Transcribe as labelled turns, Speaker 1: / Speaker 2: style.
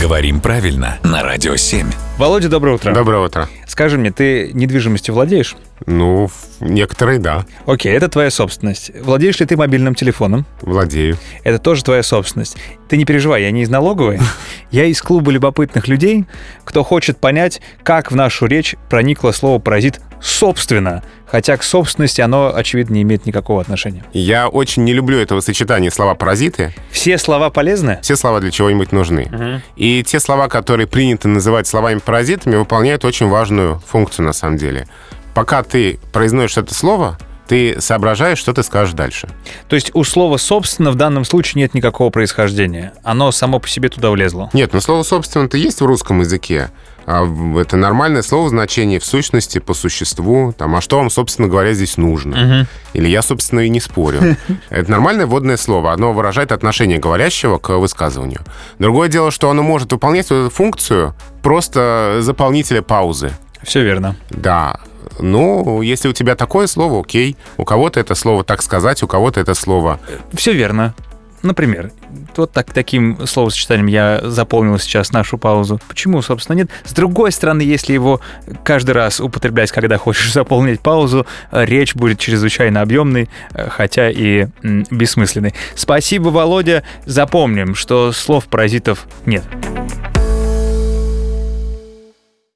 Speaker 1: Говорим правильно на Радио 7.
Speaker 2: Володя, доброе утро.
Speaker 3: Доброе утро.
Speaker 2: Скажи мне, ты недвижимостью владеешь?
Speaker 3: Ну, в- некоторые, да,
Speaker 2: Окей, это твоя собственность. Владеешь ли ты мобильным телефоном?
Speaker 3: владею.
Speaker 2: Это тоже твоя собственность. Ты не переживай, я не из налоговой. Я из клуба любопытных людей, кто хочет понять, как в нашу речь проникло слово «паразит» собственно, хотя к собственности оно, очевидно, не имеет никакого отношения.
Speaker 3: Я очень не люблю этого сочетания слова «паразиты».
Speaker 2: Все слова полезны?
Speaker 3: Все слова для чего-нибудь нужны. И те слова, которые принято называть словами-паразитами, выполняют очень важную функцию на самом деле. Пока ты произносишь это слово, ты соображаешь, что ты скажешь дальше.
Speaker 2: То есть у слова «собственно» в данном случае нет никакого происхождения. Оно само по себе туда влезло.
Speaker 3: Нет, но слово «собственно»-то есть в русском языке. А в- это нормальное слово, значение в сущности, по существу. Там, а что вам, собственно говоря, здесь нужно? Или я, собственно, и не спорю. Это нормальное водное слово. Оно выражает отношение говорящего к высказыванию. Другое дело, что оно может выполнять вот эту функцию просто заполнителя паузы.
Speaker 2: Все верно.
Speaker 3: Да. Ну, если у тебя такое слово, окей. У кого-то это слово «так сказать», у кого-то это слово
Speaker 2: Все верно. Например, вот так, таким словосочетанием я заполнил сейчас нашу паузу. Почему, собственно, нет? С другой стороны, если его каждый раз употреблять, когда хочешь заполнить паузу, э, речь будет чрезвычайно объемной, э, хотя и м, бессмысленной. Спасибо, Володя. Запомним, что слов паразитов нет.